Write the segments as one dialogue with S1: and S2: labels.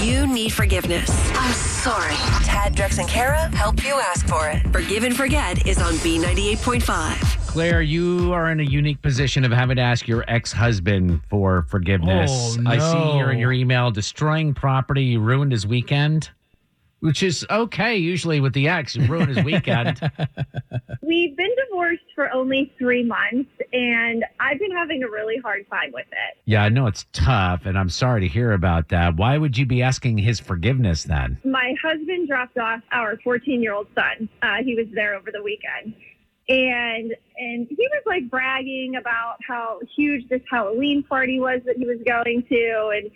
S1: You need forgiveness. I'm sorry. Tad, Drex, and Kara help you ask for it. Forgive and Forget is on B98.5.
S2: Claire, you are in a unique position of having to ask your ex-husband for forgiveness.
S3: Oh, no.
S2: I see here in your email destroying property, you ruined his weekend, which is okay usually with the ex, you ruin his weekend.
S4: We've been divorced for only three months, and I've been having a really hard time with it.
S2: yeah, I know it's tough and I'm sorry to hear about that. Why would you be asking his forgiveness then?
S4: My husband dropped off our 14 year old son. Uh, he was there over the weekend. And and he was like bragging about how huge this Halloween party was that he was going to and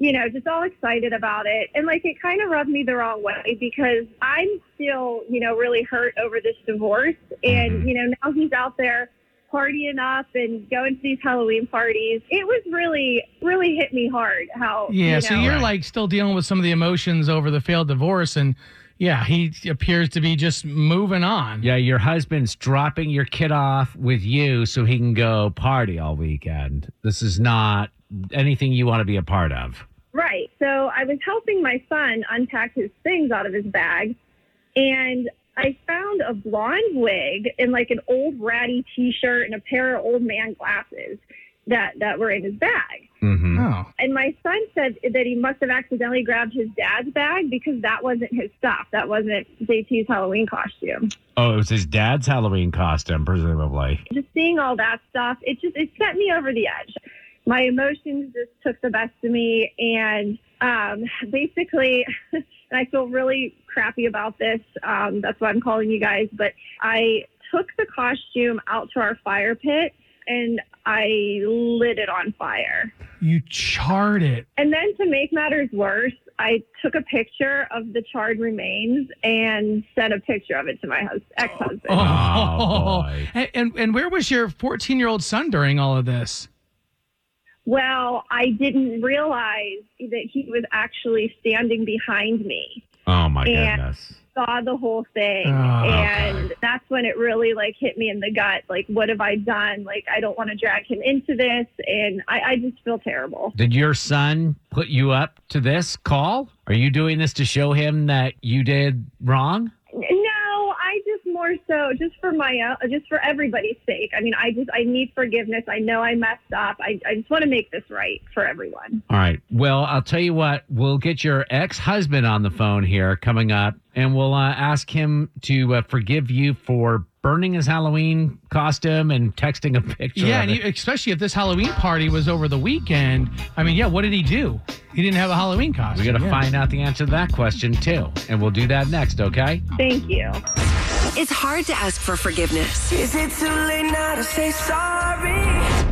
S4: you know, just all excited about it. And like it kind of rubbed me the wrong way because I'm still, you know, really hurt over this divorce
S3: Mm-hmm.
S4: and you know, now he's out there partying up and going to these Halloween parties. It was really really hit me hard how
S3: Yeah,
S4: you
S3: so
S4: know,
S3: you're like still dealing with some of the emotions over the failed divorce, and yeah, he appears to be just moving on.
S2: Yeah, your husband's dropping your kid off with you so he can go party all weekend. This is not anything you want to be a part of.
S4: Right. So I was helping my son unpack his things out of his bag, and I found a blonde wig and like an old ratty T-shirt and a pair of old man glasses that that were in his bag.
S2: Mm-hmm.
S3: Oh,
S4: And my son said that he must have accidentally grabbed his dad's bag because that wasn't his stuff. That wasn't JT's Halloween costume.
S2: Oh, it was his dad's Halloween costume, presumably.
S4: Just seeing all that stuff, it just it sent me over the edge. My emotions just took the best of me, and um, basically, and I feel really crappy about this. Um, that's why I'm calling you guys. But I took the costume out to our fire pit and I lit it on fire.
S3: you charred it.
S4: And then to make matters worse, I took a picture of the charred remains and sent a picture of it to my hus- ex-husband.
S2: Oh, boy.
S3: And, and and where was your 14 year old son during all of this?
S4: Well, I didn't realize that he was actually standing behind me,
S2: Oh my
S4: And-
S2: goodness.
S4: saw the whole thing.
S3: Oh,
S4: and that's when it really like hit me in the gut. Like, what have I done? Like, I don't want to drag him into this. And I, I just feel terrible.
S2: Did your son put you up to this call? Are you doing this to show him that you did wrong?
S4: N- No, I just more so just for my own, just for everybody's sake. I mean, I just, I need forgiveness. I know I messed up. I, I just want to make this right for everyone.
S2: All right. Well, I'll tell you what. We'll get your ex-husband on the phone here coming up, and we'll uh, ask him to uh, forgive you for burning his Halloween costume and texting a picture.
S3: yeah,
S2: of
S3: and
S2: it.
S3: you, especially if this Halloween party was over the weekend. I mean, yeah, what did he do? He didn't have a Halloween
S2: we
S3: costume.
S2: got to
S3: yeah.
S2: find out the answer to that question too, and we'll do that next. Okay.
S4: Thank you.
S1: It's hard to ask for forgiveness.
S5: Is it too late now to say sorry?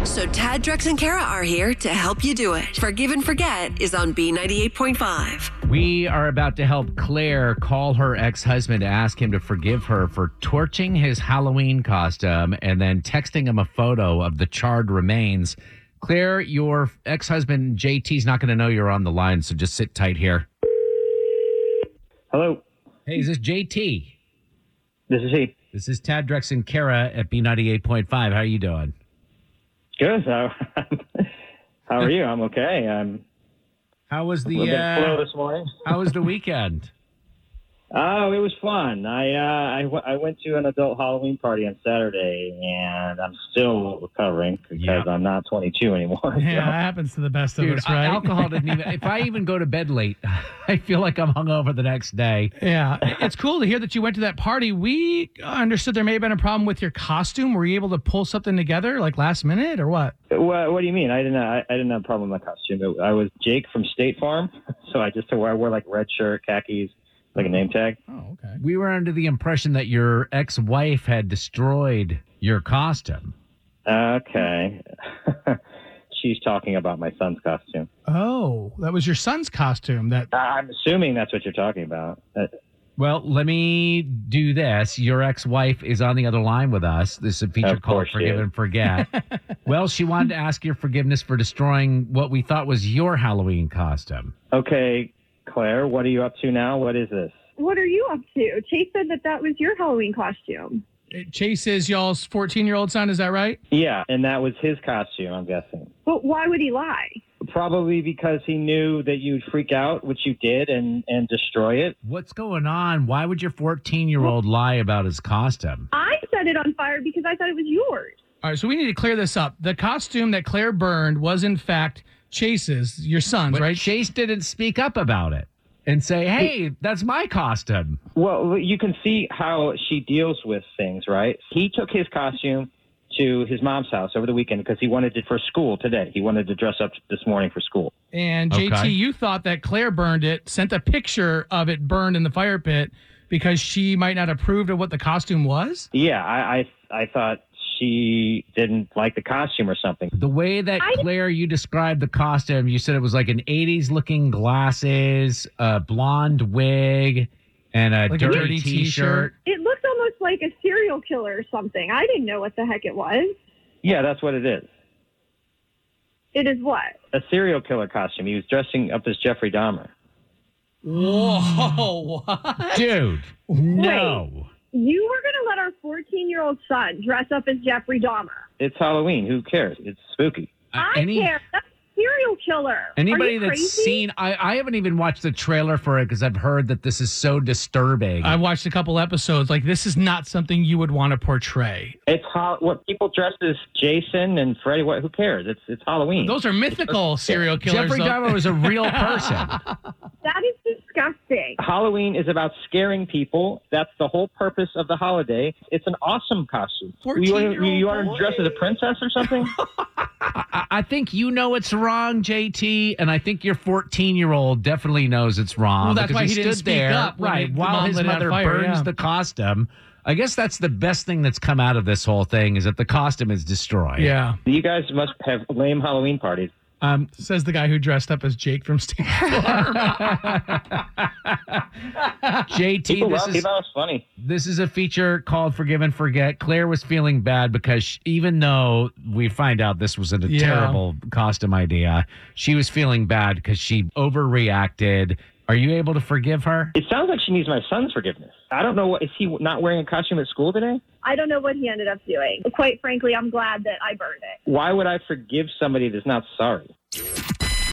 S1: So Tad, Drex, and Kara are here to help you do it. Forgive and Forget is on B98.5.
S2: We are about to help Claire call her ex husband to ask him to forgive her for torching his Halloween costume and then texting him a photo of the charred remains. Claire, your ex husband JT's not going to know you're on the line, so just sit tight here.
S6: Hello,
S2: Hey, is this JT?
S6: this is he.
S2: This is Tad Drex and Kara at B98.5. How are you doing?
S6: Good. How, how are you? I'm okay. I'm
S2: How was
S6: a little
S2: the
S6: bit slow
S2: uh,
S6: this morning.
S2: How was the weekend?
S6: Oh, it was fun. I uh, I, w- I went to an adult Halloween party on Saturday, and I'm still recovering because
S2: Yeah.
S6: I'm not 22 anymore.
S3: Yeah, that happens to the best of
S2: Dude,
S3: us, right?
S2: alcohol didn't even. If I even go to bed late, I feel like I'm hungover the next day.
S3: Yeah, it's cool to hear that you went to that party. We understood there may have been a problem with your costume. Were you able to pull something together like last minute or what?
S6: So, what, what do you mean? I didn't I, I didn't have a problem with my costume. I was Jake from State Farm, so I just wore I wore like red shirt, khakis, like a name tag.
S3: Oh, okay.
S2: We were under the impression that your ex-wife had destroyed your costume.
S6: Okay. she's talking about my son's costume.
S3: Oh, that was your son's costume. That
S6: I'm assuming that's what you're talking about. Uh,
S2: Well, let me do this. Your ex-wife is on the other line with us. This is a feature
S6: Of
S2: called
S6: course she
S2: Forgive
S6: is.
S2: and Forget. well, she wanted to ask your forgiveness for destroying what we thought was your Halloween costume.
S6: Okay, Claire, what are you up to now? What is this?
S4: What are you up to? Chase said that that was your Halloween costume.
S3: Chase is y'all's 14 year old son. Is that right?
S6: Yeah, and that was his costume, I'm guessing.
S4: But why would he lie?
S6: Probably because he knew that you'd freak out, which you did, and, and destroy it.
S2: What's going on? Why would your 14-year-old lie about his costume?
S4: I set it on fire because I thought it was yours.
S3: All right, so we need to clear this up. The costume that Claire burned was, in fact, Chase's, your son's,
S2: But
S3: right?
S2: Chase didn't speak up about it and say, "Hey, that's my costume."
S6: Well, you can see how she deals with things, right? He took his costume to his mom's house over the weekend because he wanted it for school today. He wanted to dress up this morning for school.
S3: And
S2: Okay.
S3: JT, you thought that Claire burned it, sent a picture of it burned in the fire pit because she might not approved of what the costume was.
S6: Yeah, I I, I thought she didn't like the costume or something.
S2: The way that
S4: I-
S2: Claire you described the costume, you said it was like an '80s looking glasses, a blonde wig, and a
S3: Like
S2: dirty, t-shirt.
S4: It looked almost like a serial killer or something. I didn't know what the heck it was.
S6: Yeah, that's what it is.
S4: It is what?
S6: A serial killer costume. He was dressing up as Jeffrey Dahmer.
S3: Whoa, what?
S2: dude. No.
S4: You were going to let our 14 year old son dress up as Jeffrey Dahmer.
S6: It's Halloween. Who cares? It's spooky.
S2: Uh,
S4: I care. That's a serial killer. Are
S2: Anybody
S4: you
S2: that's
S4: crazy?
S2: seen, I, I haven't even watched the trailer for it because I've heard that this is so disturbing.
S3: I watched a couple episodes. Like, this is not something you would want to portray.
S6: It's ho- what people dress as Jason and Freddy. What? Who cares? It's it's Halloween.
S3: Those are mythical serial killers.
S2: Jeffrey
S3: though.
S2: Dahmer was a real person.
S4: That is disgusting.
S6: Halloween is about scaring people. That's the whole purpose of the holiday. It's an awesome costume. You want,
S3: 14-year-old
S6: you, you want
S3: boy.
S6: to dress as a princess or something?
S2: I, I think you know it's wrong, JT, and I think your 14 year old definitely knows it's wrong.
S3: Well, that's
S2: because
S3: why he didn't
S2: stood
S3: speak
S2: there,
S3: up when
S2: right?
S3: the
S2: While
S3: mom
S2: his
S3: lit it on
S2: mother
S3: fire,
S2: burns
S3: yeah.
S2: the costume. I guess that's the best thing that's come out of this whole thing is that the costume is destroyed.
S3: Yeah,
S6: you guys must have lame Halloween parties.
S2: Um,
S3: says the guy who dressed up as Jake from State Farm.
S2: JT,
S6: People
S2: this
S6: love
S2: is
S6: people. It's funny.
S2: This is a feature called Forgive and Forget. Claire was feeling bad because she- even though we find out this was a
S3: Yeah.
S2: terrible costume idea, she was feeling bad because she overreacted. Are you able to forgive her?
S6: It sounds like she needs my son's forgiveness. I don't know what is he not wearing a costume at school today?
S4: I don't know what he ended up doing. Quite frankly, I'm glad that I burned it.
S6: Why would I forgive somebody that's not sorry?